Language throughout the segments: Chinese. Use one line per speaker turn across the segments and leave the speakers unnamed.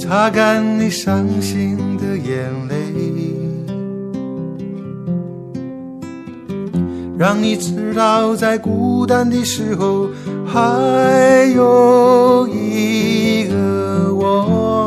擦干你伤心的眼泪，让你知道在孤单的时候还有一个我。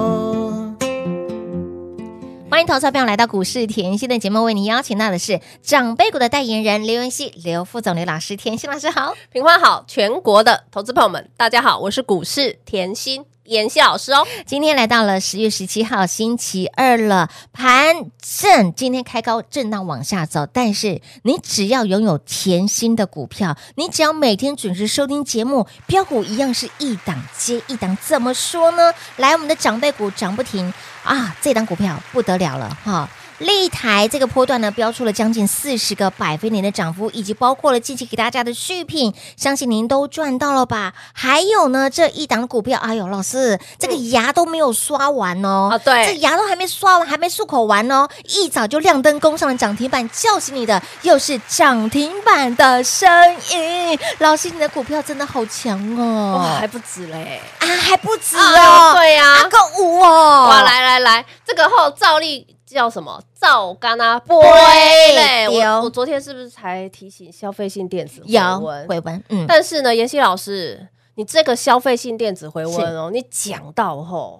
欢迎投资者朋友来到股市甜心的节目，为您邀请到的是长辈股的代言人刘元熙、刘副总、刘老师。甜心老师好，
平花好，全国的投资朋友们，大家好，我是股市甜心妍希老师哦。
今天来到了十月十七号星期二了，盘正今天开高震荡往下走，但是你只要拥有甜心的股票，你只要每天准时收听节目，标股一样是一档接一档。怎么说呢？来，我们的长辈股涨不停啊，这档股票不得了了哈。立台这个波段呢，标出了将近四十个百分点的涨幅，以及包括了近期给大家的续品，相信您都赚到了吧？还有呢，这一档股票，哎呦，老师，这个牙都没有刷完哦，
啊对
这牙都还没刷完，还没漱口完哦，一早就亮灯攻上了涨停板，叫醒你的又是涨停板的声音，老师，你的股票真的好强哦，
哇，还不止嘞！
啊还不止
啊
哦，
对呀
啊，够五哦，
哇，来来来，这个后照例叫什么？照干啊，波
对
嘞！
对哦
我我昨天是不是才提醒消费性电子
有
回温？
回温，嗯，
但是呢，妍希老师，你这个消费性电子回温哦，你讲 到后，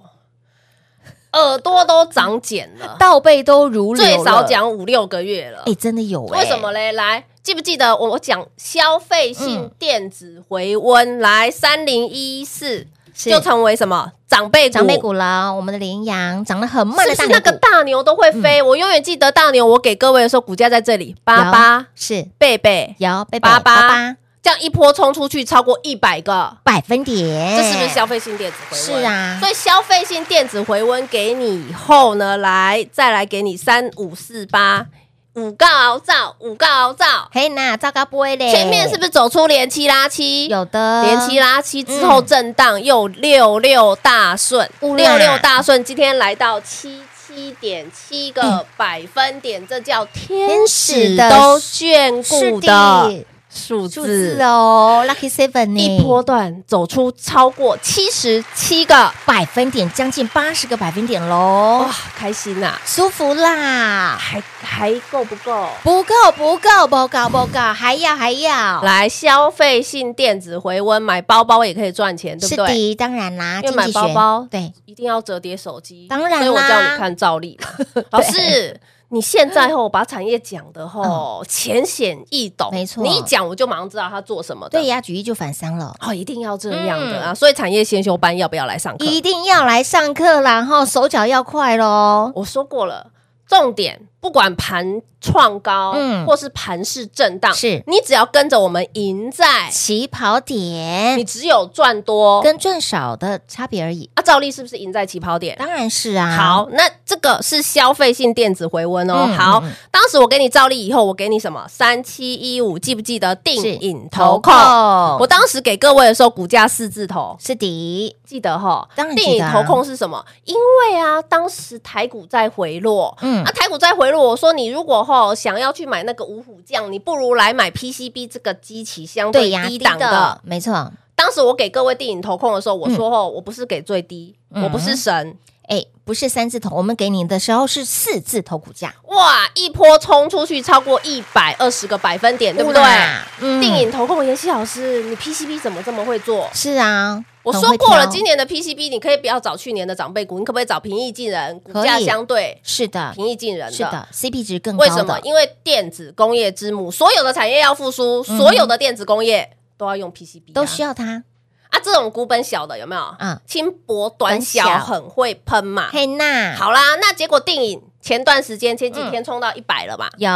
耳朵都长茧了，
倒背都如流
最
了，
少讲五六个月了
哎、。真的有哎、
为什么嘞？来，记不记得我我讲消费性电子回温？来，三零一四
是
就成为什么长辈股？
长辈股了？我们的羚羊涨得很慢的
是不
大
是
牛
那
股，
个大牛嗯都会飞？我永远记得大牛，我给各位的时候，股价在这里八八
是
贝贝，
有贝贝
八八
八
这样一波冲出去超过一百个。
百分点，
这是不是消费性电子回温？
是啊
所以消费性电子回温给你以后呢，来再来给你三五四八五个熬造，五个熬造，
嘿那糟糕不会嘞？
前面是不是走出连七拉七？
有的
连七
了？
拉七之后震荡，又六六大顺，
呜
嗯六
啦
六大顺今天来到七七点七个百分点，这叫嗯天使都眷顾的数
数字
字。
哦，Lucky Seven 呢？
一波段走出超过七十七个，
百分点，将近八十个百分点喽
哇，，开心啊呐、
舒服啦！
嗯还还够不够？
不够，不够，不够，不够，还要，还要，
来，消费性电子回温，买包包也可以赚钱，对
是
不对？
的，当然啦，
因为
经济
买包
学
包
对，
一定要折叠手机，
当然啦
所以我叫你看照 例嘛。老师，你现在吼把产业讲的吼浅显易懂，
嗯没错
你一讲我就马上知道他做什么的。
对呀，举一就反三了。
哦，一定要这样的啊！所以产业先修班要不要来上课？
一定要来上课啦，然后手脚要快喽。
我说过了，重点不管盘创高，
嗯
或是盘势震荡，
是
你只要跟着我们赢在，
起跑
你
点
只有赚多。
跟赚少的差别而已，
啊，照例是不是赢在起跑点？
当然是啊。，
好，那这个是消费性电子回温哦。
嗯
好
嗯嗯，
当时我给你照例以后，我给你什么三七一五，记不记得定
是
影投控？
投控
我当时给各位的时候，股价四字头，
嗯是的，
记得哈？
当然
定
记得
影
啊
投控是什么？因为啊，当时台股在回落，
嗯
啊，台股在回落，我说你如果哈想要去买那个五虎将，你不如来买 PCB 这个机器相
对
对
呀，
低档
低
的。
没错。
当时我给各位定影投控的时候，我说哦，我不是给最低，
嗯
我不是神。
哎，不是三字头，我们给你的时候是四字头股价，
哇，一波冲出去超过一百二十个百分点，对不对
呼？啦？嗯
电影投控，妍希老师，你 PCB 怎么这么会做？
是啊，
我
很
说
会
过了，
挑
今年的 PCB 你可以不要找去年的长辈股，你可不可以找平易近人、股
可以
价相对
是的，
平易近人的？
是的，CP 嗯值更高
为
的。
什么？因为电子工业之母，所有的产业要复苏，所有的电子工业都要啊用 PCB，、啊、
嗯都需要它？
啊。这种股本小的有没有？
嗯
轻薄短
短
小，
小
很会喷嘛。
嗯嘿娜，
好啦，那结果电影前段时间前几
嗯
天冲到一百了嘛，
有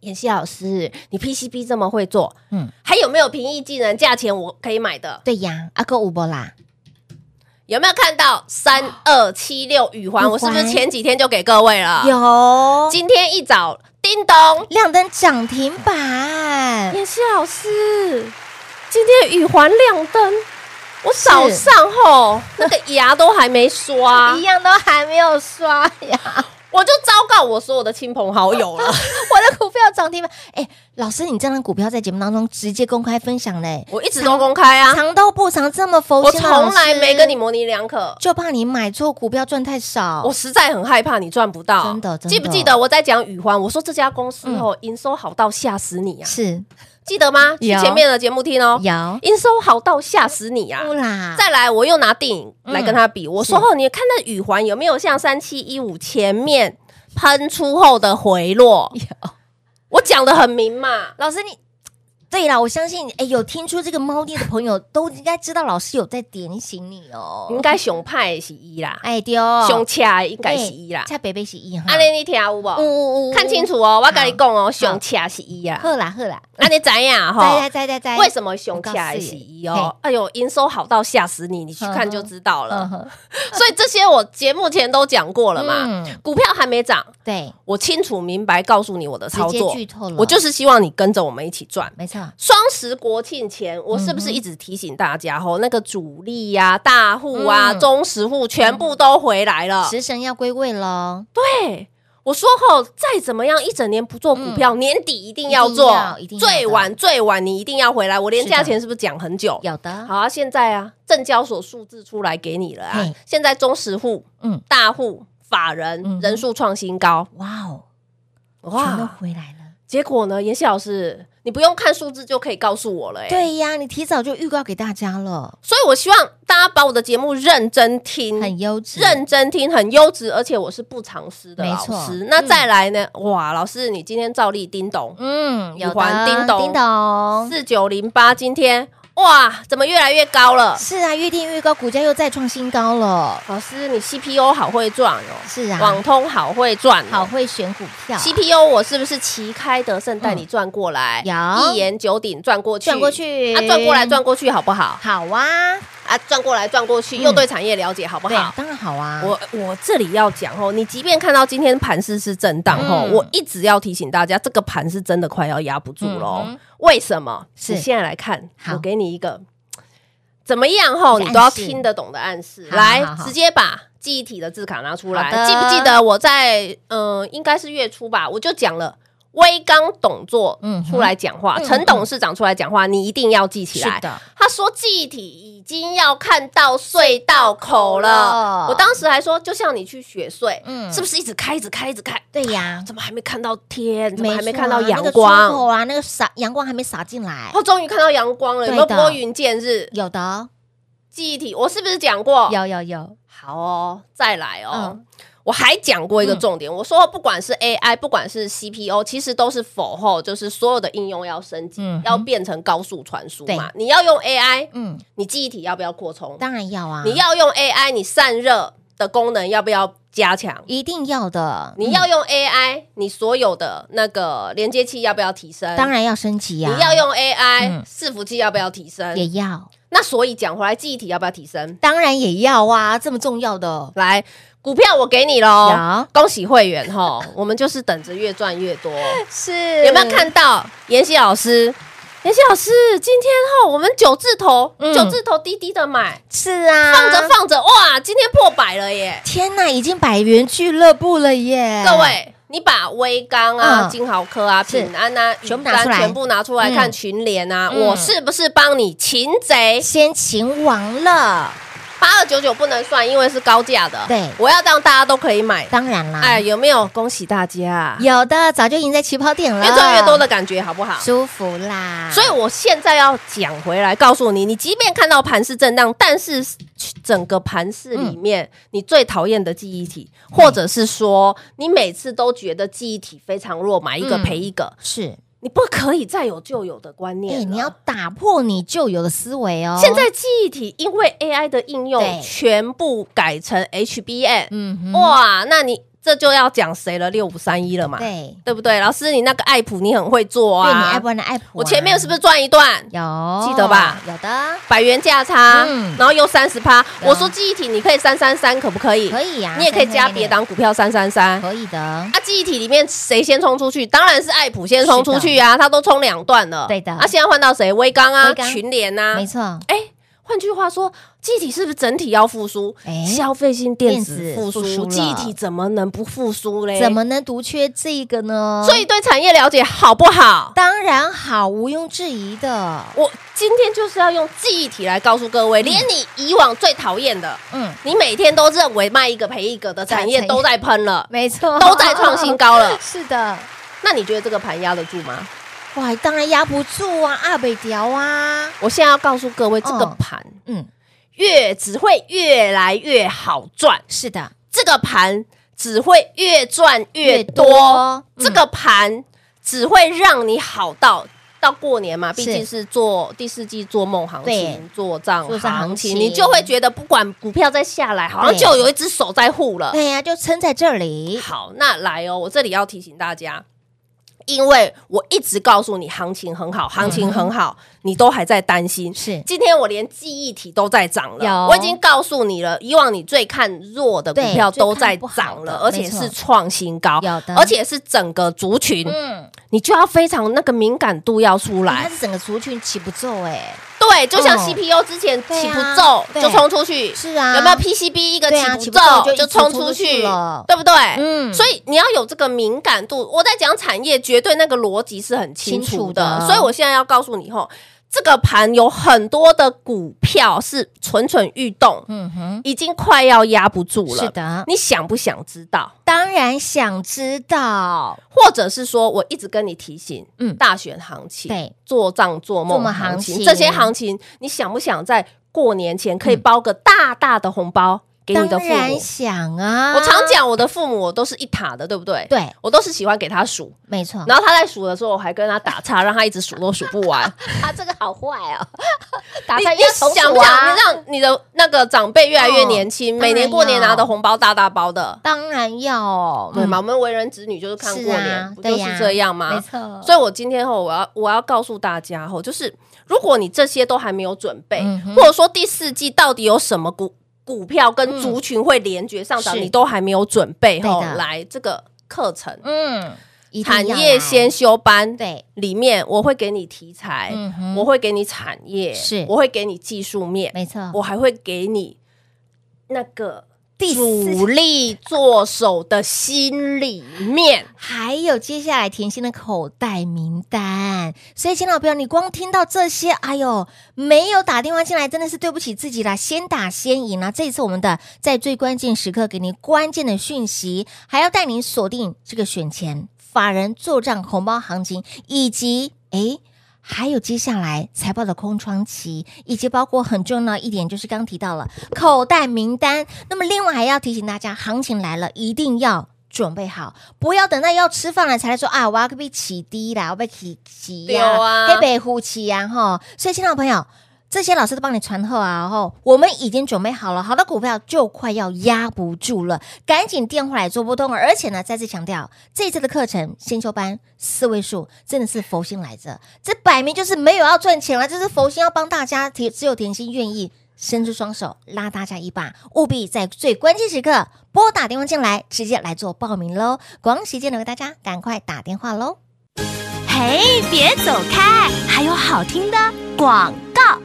妍希老师，你 PCB 这么会做，
嗯
嗯，还有没有平易近人、价钱我可以买的？
对呀，阿哥五波啦，
有没有看到三二七六宇环？
宇环
我是不是前几天就给各位
啊
了？
有
今天一早，叮咚，
亮灯涨停板，
妍希老师，今天宇环亮灯，我早上吼那个牙都还没刷
一，样都还没有刷 呀！
我就昭告我所有的亲朋好友了。
我的股票涨停板，哎，老师，你这张股票在节目当中直接公开分享嘞，
我一直都公开啊，
藏都不藏，这么佛
我
心啊，
从来没跟你
老师，
模棱两可。
就怕你买错股票赚太少。
我实在很害怕你赚不到，
哦真的嗯真的
记不记得我在讲宇环？我说这家公司哦，营收好到吓死你啊！
是
记得吗？去
有
前面的节目听哦。
有
营收好到吓死你啊！
不啦，
再来，我又拿电影来跟他比，我说
是
哦，你看那宇环有没有像三七一五前面喷出后的回落？我讲的很明嘛，
老师你。对啦，我相信哎，有听出这个猫腻的朋友都应该知道老师有在点醒你哦。
应该熊派的是一啦，
哎丢，
熊恰应该是一啦。
恰北北是一哈
安，尼你听有
呜
无？
呜呜，
看清
哦楚，
楚哦，我跟你讲
嗯
哦，熊恰是一啦。
喝啦喝啦，
安尼怎
在
样哈？
在在在，
为什么熊恰是一哦？哎呦，营收好到吓死你，你去看就知道了。
么？
所以这些我节目前都讲过了嘛，
嗯
股票还没涨，
对，
我清楚明白告诉你我的
直
操
接
作，
剧透了，
我就是希望你跟着我们一起赚。
没错，
双十国庆前，我是不是一直提醒大家吼，那个主力呀、大户啊、
嗯
中实户全部都回来了？
食神要归位喽，
对，我说吼，再怎么样一整年不做股票，年底一定要
嗯一
做
定要一，定要的
最晚最晚你一定要回来。我连
是的
价钱是不是讲很久？
有的，
好啊，现在啊，证交所数字出来给你了啊
嘿，
现在中实户、
嗯，
大户、法人、
嗯哼
人数创新高，
哇哦，全都
哇！
回来了。
结果呢，妍希老师，你不用看数字就可以告诉我了、欸，
对呀，你提早就预告给大家了，
所以我希望大家把我的节目认真
很
听。
优质，
嗯认真听，很优质，而且我是不藏私的
没
老
错
师。那再来呢？哇，老师，你今天照例叮咚
嗯，哦有
五环
的，
叮咚
叮咚，
四九零八，4908今天哇，怎么越来越高了？
是啊，越定越高，股价又再创新高了，
老师，你 CPU 好会赚哦，
是啊，
网通好会赚哦，
好会选股票，
CPU 我是不是旗开得胜带你转过来？
有
一言九鼎嗯转过去，
转过去
啊，转过来转过去好不好？
好啊，
啊，转过来转过去，
嗯
又对产业了解好不
对啊
好，？
当然好啊，
我我这里要讲哦，你即便看到今天盘势是震荡哦，
嗯
我一直要提醒大家，这个盘是真的快要压不住了哦。
嗯哼
为什么？
是
你现在来看，
好
我给你一个怎么样哦，
一个暗示
你都要听得懂的暗示。
好
来
好，好
直接把记忆体的字卡拿出来
好。的
记不记得我在嗯、呃应该是月初吧，我就讲了。威刚董座
嗯哼
出来讲话，
嗯
陈董事长出来讲话，你一定要记起来
是。的，
他说记忆体已经要看到隧道口了。
了
我当时还说，就像你去雪隧，
哦嗯
是不是一直开，一直开，一直开？
对呀，
怎么还没看到天？怎
没
么还没看到
错啊
阳光？
那个出口啊，那个洒阳光还没洒进来，
哦，终于看到阳光了，有
对
没有
的
拨云见日？
有的哦，
记忆体，我是不是讲过？
有有有，
好哦，再来哦
嗯。
我还讲过一个重点，我说不管是 AI，不管是 CPU，其实都是否后，就是所有的应用要升级，
嗯哼
要变成高速传输
对
嘛。你要用 AI，
嗯，
你记忆体要不要扩充？
当然要啊，
你要用 AI，你散热的功能要不要加强？
一定要的，
你
嗯
要用 AI，你所有的那个连接器要不要提升？
当，然要升级
你
呀、
要用 AI
嗯
伺服器要不要提升？
也 要，
那所以讲回来，记忆体要不要提升？
当然也要啊，这么重要的，
来，股票我给你喽，
有
恭喜会员哈，我们就是等着越赚越多。
是
有没有？看到妍希老师？妍希老师，今天哈，我们九字头，
嗯
九字头低低的买，
是啊，
放着放着，哇，今天破百了耶！
天哪，已经百元俱乐部了耶！
各，位，你把威刚啊、
哎嗯
金豪科啊、
是
平安啊、
全部
云
拿
端
出来
全部拿出来
嗯
看群联啊，
嗯
我是不是帮你擒贼？
先秦王了，
八二九九不能算，因为是高价的。
对
我要让大家都可以买。
当然啦，
哎，有没有恭喜大家？啊
有的早就赢在起跑点了，
越赚越多的感觉，好不好？
舒服啦。
所以我现在要讲回来，告诉你，你即便看到盘市震荡，但是整个盘市里面，
嗯
你最讨厌的记忆体，或者是说你每次都觉得记忆体非常弱，买一个
嗯
赔一个，
是，
你不可以再有旧有的观
哎、
念了、
你要打破你旧有的思维哦。
现，在记忆体因为 AI 的应
对
用全部改成 HBM，、哦
嗯哼，
哇，那你这就要讲谁了，六五三一了嘛，
对，
对不对？老师，你那个爱普你很会做啊，
对你爱不爱的爱普啊，
我前面是不是赚一段
有
记得吧？
有的，
百元价差，
嗯
然后又三十趴？
对啊
我说记忆体你可以三三三，可不可以？
可以呀，
你也可以加
333
别，档股票三三三。
可以的，
啊，记忆体里面谁先冲出去？当然是爱普先冲出去啊，它都冲两段了。
对的
啊，现在换到谁？微刚啊
微，刚
群联啊
没。错，
哎，换句话说，记忆体是不是整体要复苏
哎？
消费性电子
电子
复
复苏
苏，
了
记忆体怎么能不复苏嘞？
怎？么能独缺这个呢？
所以对产业了解好不好？
当然好，毋庸置疑的，
我今天就是要用记忆体来告诉各位，连你以往最讨厌的，
嗯，
你每天都认为卖一个赔一个的产业
产业
都在 喷了，
没错，，
都在创新，高了
是的，
那你觉得这个盘压得住吗？
哇，当然压不住啊，阿北调啊，
我现在要告诉各位，这个
嗯
盘
嗯，
越只会越来越好赚，
是的，
这个盘只会越赚越多，
越多嗯
这个盘只会让你好到。到过年嘛，毕竟是做第四季做梦行
对
情、做账
做账行
行
情
情，你就会觉得不管股票再下来，好像
对
就有一只手在护了。
对哎呀，就撑在这里，
好，那来哦，我这里要提醒大家，因为我一直告诉你行情很好，行情很好，你都还在担心。
嗯是
今天我连记忆体都在涨
有
了，我已经告诉你了，以往你最看弱的股
对
票
最看
都在
不好
涨
的
了，而且
没错
是创新高
有的，
而且是整个族群，
嗯，哎
你就要非常那个敏感度要出
它
来。
是整个族群起不皱，哎，
对，就像
嗯
CPU 之前
对
起
啊
不骤
对
就冲出去，
是啊，
有没有 PCB 一个
对啊
起
起
不
不骤就
骤
一
就
起
冲
冲
出
出去
去
了
对不对？
嗯
所以你要有这个敏感度。我在讲产业，绝对那个逻辑是很
清
清
楚
楚
的
的。所以我现在要告诉你吼，这个盘有很多的股票是蠢蠢欲动，
嗯哼，
已经快要压不住了。
是，的，
你想不想知道？
当然想知道，
或者是说，我一直跟你提醒，
嗯
嗯，大选行情，
对，
做账做
做
梦
梦
行
行情嗯
情，这些行情，你想不想在过年前可以包个大大的红包给你
当
的父母
然？想啊，
我常，讲我的父母，我都是一塔的，对不对？
对，
我都是喜欢给他数，
没错，
然后他在数的时候，我还跟他打岔，让他一直数都数不完。
啊，这个好坏哦， 打
你
算
你想不
啊
想你让你的那个长辈越来越年轻？
嗯
每年过年
当然要
拿的红包大大包的，
当然要哦，
对吗？
嗯
我们为人子女就是看过
是啊
年，不就
对呀
是这样
没
吗？
错，
所以，我今天吼，我要我要告诉大家吼，就是如果你这些都还没有准备
嗯哼，
或者说第四季到底有什么股股票跟族群会连绝上涨，
是
你都还没有准备吼
对的，
来这个课程，
嗯，一定
产
要
业
来
先修班，
对，
里面我会给你题材，
嗯哼
我会给你产业，
是
我会给你技术面，
没错，
我还会给你那个
第四
主力做手的心里面。
还有接下来甜心的口袋名单，所以，亲老朋友，你光听到这些，哎呦，没有打电话进来，真的是对不起自己啦！先打先赢啦！啊这一次我们的在最关键时刻给您关键的讯息，还要带您锁定这个选前法人做账红包行情，以及诶。还有接下来财报的空窗期，以及包括很重要的一点就是刚提到了口袋名单。那么另外还要提醒大家，行情来了一定要。准备好，不要等到要吃饭了才来说啊！我要被起低啦，我被起起呀、
对啊
黑北虎起呀、吼！所以，亲爱的朋友，这些老师都帮你传后啊，吼，我们已经准备好了，好的股票就快要压不住了，赶紧电话来做拨通。而且呢，再次强调，这次的课程先修班四位数真的是佛心来着，这摆明就是没有要赚钱了，这是佛心要帮大家，只只有甜心愿意。伸出双手拉大家一把，务必在最关键时刻拨打电话进来，直接来做报名喽！广喜见留给大家，赶快打电话喽！
嘿，别走开，还有好听的广告。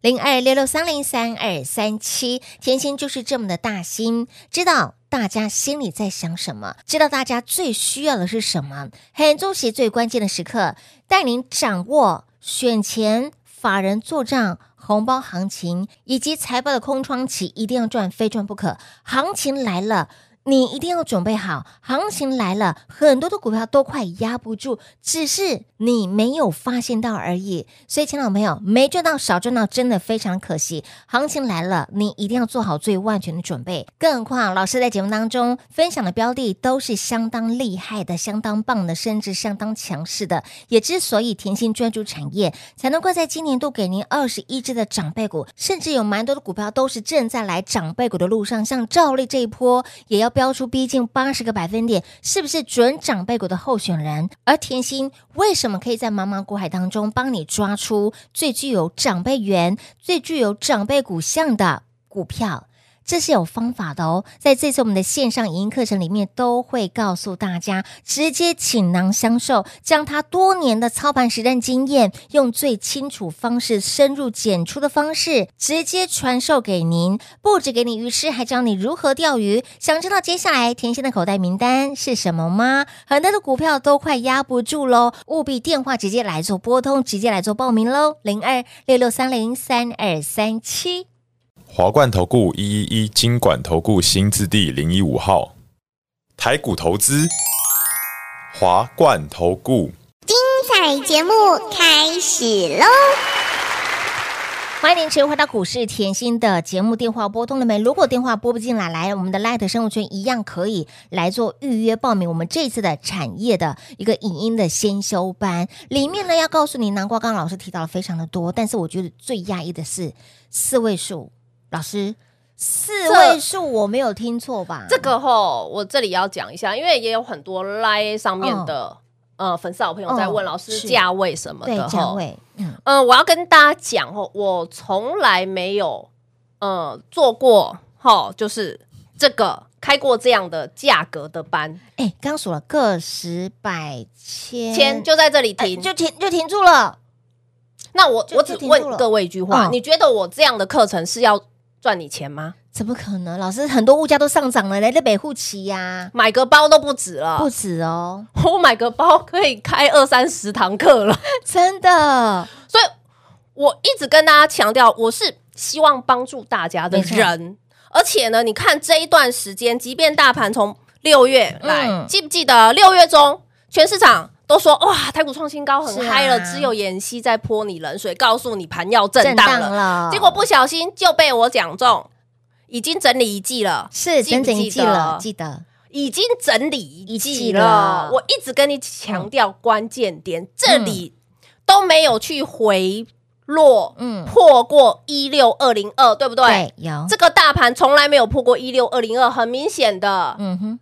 零二六六三零三二三七，甜心就是这么的大心，知道大家心里在想什么，知道大家最需要的是什么，很重视最关键的时刻，带您掌握选前法人做账。红包行情以及财报的空窗期，一定要赚，非赚不可。行情来了，你一定要准备好，行情来了，很多的股票都快压不住，只是你没有发现到而已。所以，亲爱的朋友，没赚到少赚到，真的非常可惜。行情来了，你一定要做好最万全的准备。更何况，老师在节目当中分享的标的都是相当厉害的、相当棒的，甚至相当强势的。也之所以甜心专注产业，才能够在今年度给您二十一只的长辈股，甚至有蛮多的股票都是正在来长辈股的路上，像照例这一波也要。标出逼近八十个百分点，是不是准长辈股的候选人？而甜心为什么可以在茫茫股海当中帮你抓出最具有长辈缘、最具有长辈股项的股票？这是有方法的哦，在这次我们的线上影音课程里面都会告诉大家，直接倾囊相授，将他多年的操盘实战经验，用最清楚方式、深入简出的方式，直接传授给您。不止给你鱼吃，还教你如何钓鱼。想知道接下来甜心的口袋名单是什么吗？很多的股票都快压不住喽，务必电话直接来做拨通，直接来做报名喽，零二六六三零三二三七。
华冠投顾一一一金管投顾新字第零一五号，台股投资，华冠投顾。
彩节目开始喽！
欢迎您持续回到股市甜心的节目，电话拨通了没？如果电话拨不进来，来我们的 Light 生活圈一样可以来做预约报名。我们这次的产业的一个影音的先修班里面呢，要告诉你，南瓜刚刚老师提到了非常的多，但是我觉得最压抑的是四位数，老师四位数我没有听错吧？
这个吼，我这里要讲一下，因为也有很多 Line 上面的、呃粉丝好朋友在问
嗯哦
老师
是
价位什么
对
的吼，
价位，嗯，
嗯、我要跟大家讲哦，我从来没有呃做过哈，就是这个开过这样的价格的班，
哎，刚数了个十百千
钱就在这里
哎
停。
就停就停住了，
那我
就
我
就停
只
住
问
了
各位一句话，
嗯
你觉得我这样的课程是要赚你钱吗？
怎么可能？老师很多物价都上涨了，来的北户奇呀、
买个包都不止
不
了，
止哦，
我买个包可以开二三十堂课了。
真的，
所以我一直跟大家强调，我是希望帮助大家的
没错
人。而且呢，你看这一段时间，即便大盘从六月来，
嗯
记不记得六月中全市场都说哇，台股创新高
是
很
啊
嗨了，只有妍希在泼你冷水，告诉你盘要震荡了。
了
结果不小心就被我讲中，已经整理一季了，
是
记
整
不
整一
记
季了，
得
记得
已经整理一
一
季
季
了。嗯
了
我一直跟你强调关键点，这里都没有去回落，
嗯
嗯，破过一六二零二，对不对？
有
这个大盘从来没有破过一六二零二，很明显的，
嗯哼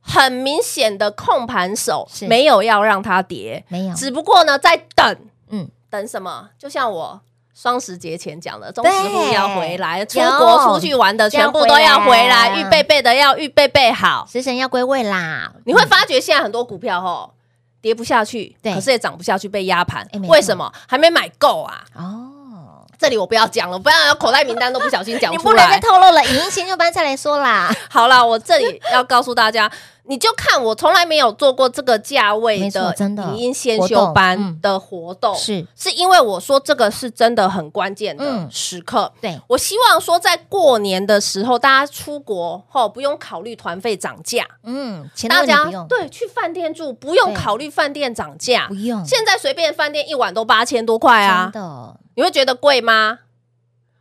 很明显的控盘手
是
没有要让它跌，
没有
只不过呢在等，
嗯
等什么？就像我。双十节前讲的，中石户
对
要回来，出
有
国出去玩的全部都
要
要
回
回
来啊嗯
来，预备备的要预备备好。
食神要归位啦，
你会发觉现在很多股票吼跌不下去，
对
可是也涨不下去，被压盘
哎没。错
为什么还没买够啊？
哦，
这里我不要讲了，不然口袋名单都不小心 讲
你
出
不能再
来。
透露了，影音先就搬再来说 啦，
好啦，我这里要告诉大家， 你就看我从来没有做过这个价位
没错
的
真的
影音先
活
修
动
班
嗯
的活动，
是
是因为我说这个是真的很关键的
嗯
时刻。
对，
我希望说，在过年的时候，大家出国后不用考虑团费涨价，
嗯，钱的
大
问题
家
不用，
对去饭店住不用
对
考虑饭店涨价
不，用，
现在随便饭店一晚都八千多块啊
真，的
你会觉得贵吗？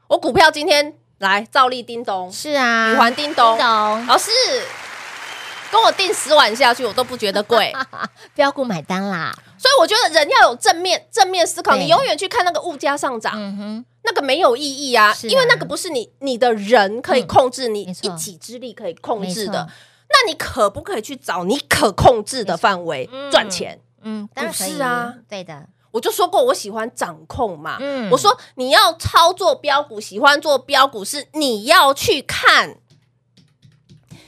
我股票今天来照例叮咚，
是啊，
你还叮咚啊
叮咚，
老师跟我定十晚下去，我都不觉 得贵，
标股买单啦，
所以我觉得人要有正面正面思考，
对
你永远去看那个物价上涨，
嗯哼，
那个没有意义啊，
是啊嗯
因为那个不是你你的人可以控制，你
没错
一己之力可以控制
没
的
错。
那你可不可以去找你可控制的范围赚钱？
嗯，当然可以
是啊，
对的，
我就说过，我喜欢掌控嘛。
嗯
我说你要操作标股，喜欢做标股是你要去看，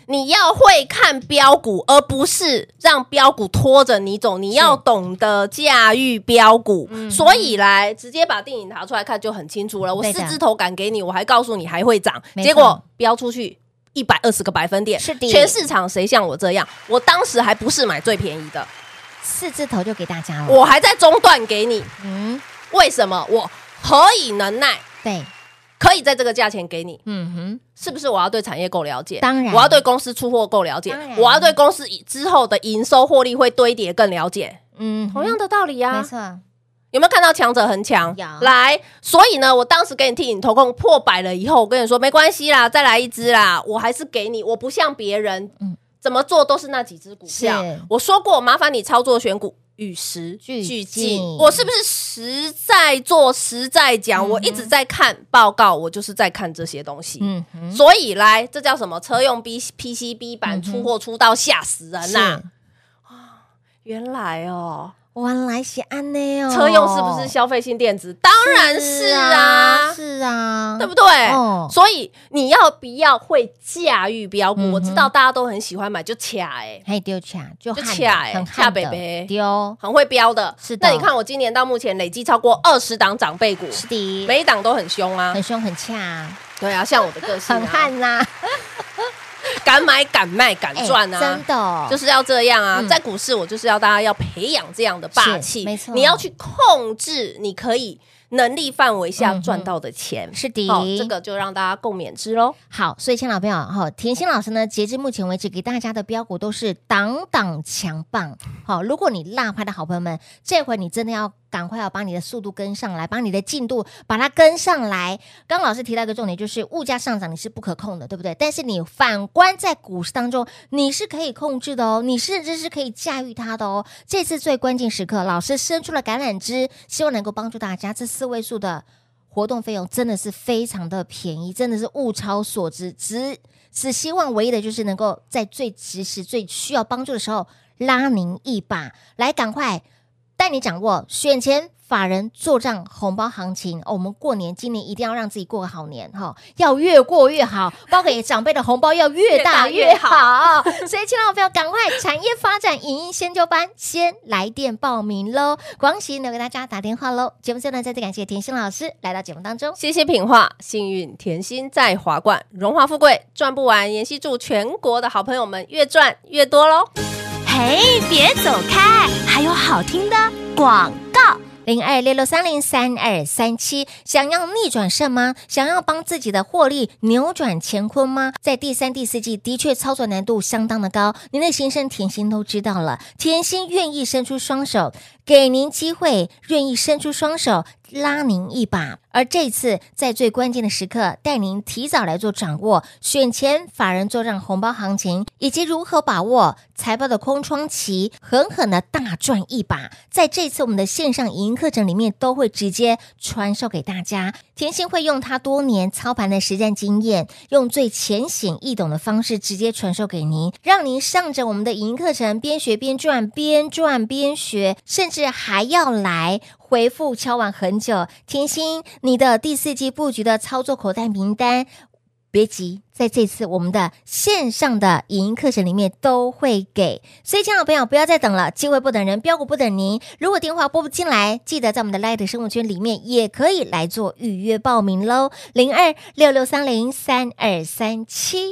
你要会看标股，而不是让标股拖着你走。你要懂得驾驭标股，
嗯
所以来直接把电影拿出来看就很清楚了。我
对
四
的
字头敢给你，我还告诉你还会涨，
没错
结果标出去。一百二十个百分点，
是的
全市场谁像我这样？我当时还不是买最便宜的，
四字头就给大家了，
我还在中段给你，
嗯，
为什么我何以能耐，
对，
可以在这个价钱给你？
嗯哼，
是不是我要对产业够了解？
当然
我要对公司出货够了解
当然，
我要对公司以之后的营收获利会堆叠更了解。
嗯哼，
同样的道理
没
啊，
错，
有没有看到强者恒强
有？
来，所以呢，我当时给你替你投控破百了以后，我跟你说没关系啦，再来一只啦，我还是给你，我不像别人，
嗯
怎么做都是那几只股票
是。
我说过，麻烦你操作选股，与时
俱进嗯
我是不是实在做、实在讲？我一直在看报告，我就是在看这些东西。
嗯哼，
所以来，这叫什么？车用 B PCB 板出货出到吓死人呐、
嗯
啊
是
原来哦，
原来是安内哦，
车用是不是消费性电子？当然是啊，
是啊，
对不对？
哦
所以你要不要会驾驭标股？
嗯哼
我知道大家都很喜欢买，就卡哎、
还丢卡就
就
悍
恰欸
很
恰
悍
北
的
北
丢，
很会标的。
是的
那你看我今年到目前累计超过二十档长辈股，
是的，
每一档都很凶啊
很。凶很恰，
对啊，像我的个性、啊，
很悍呐，
敢买敢卖敢
哎
赚啊。
真的哦，
就是要这样啊，
嗯
在股市我就是要大家要培养这样的霸气，
是没错
你要去控制，你可以能力范围下
嗯哼
赚到的钱，
是的
好，哦这个就让大家共勉之喽。
好，所以，亲老朋友，哈、甜心老师呢，截至目前为止，给大家的标股都是档档强棒。好、如果你落拍的好朋友们，这回你真的要赶快要把你的速度跟上来，把你的进度把它跟上来。刚老师提到一个重点，就是物价上涨你是不可控的，对不对？但是你反观在股市当中，你是可以控制的哦，你甚至是可以驾驭它的哦。这次最关键时刻，老师伸出了橄榄枝，希望能够帮助大家这四位数的。活动费用真的是非常的便宜，真的是物超所值。只只希望唯一的就是能够在最及时、最需要帮助的时候拉您一把，来赶快带你掌握选前法人做账红包行情、哦。我们过年今年一定要让自己过个好年哈、要越过越好，包给长辈的红包要越大越好。所以，亲爱的朋友，赶快产业发展影音先修班，先来电报名喽！广喜留给大家打电话喽。节目最后呢，再次感谢甜心老师来到节目当中。
谢谢品画，幸运甜心在华冠，荣华富贵赚不完。妍希祝全国的好朋友们越赚越多喽！
嘿，别走开，还有好听的广告。
零二六六三零三二三七。想要逆转胜吗？想要帮自己的获利扭转乾坤吗？在第三、第四季的确操作难度相当的高，您的心声甜心都知道了。甜心愿意伸出双手，给您机会，愿意伸出双手。拉您一把，而这次在最关键的时刻，带您提早来做掌握选前法人做账红包行情，以及如何把握财报的空窗期，狠狠的大赚一把。在这次我们的线上影音课程里面，都会直接传授给大家。甜心会用他多年操盘的实战经验，用最浅显易懂的方式直接传授给您，让您上着我们的影音课程，边学边赚，边赚边学，甚至还要来回复敲碗很久。甜心，你的第四季布局的操作口袋名单。别急，在这次我们的线上的影音课程里面都会给，所以亲爱的朋友不要再等了，机会不等人，标股不等您。如果电话拨不进来，记得在我们的 Light 生活圈里面也可以来做预约报名喽，零二六六三零三二三七。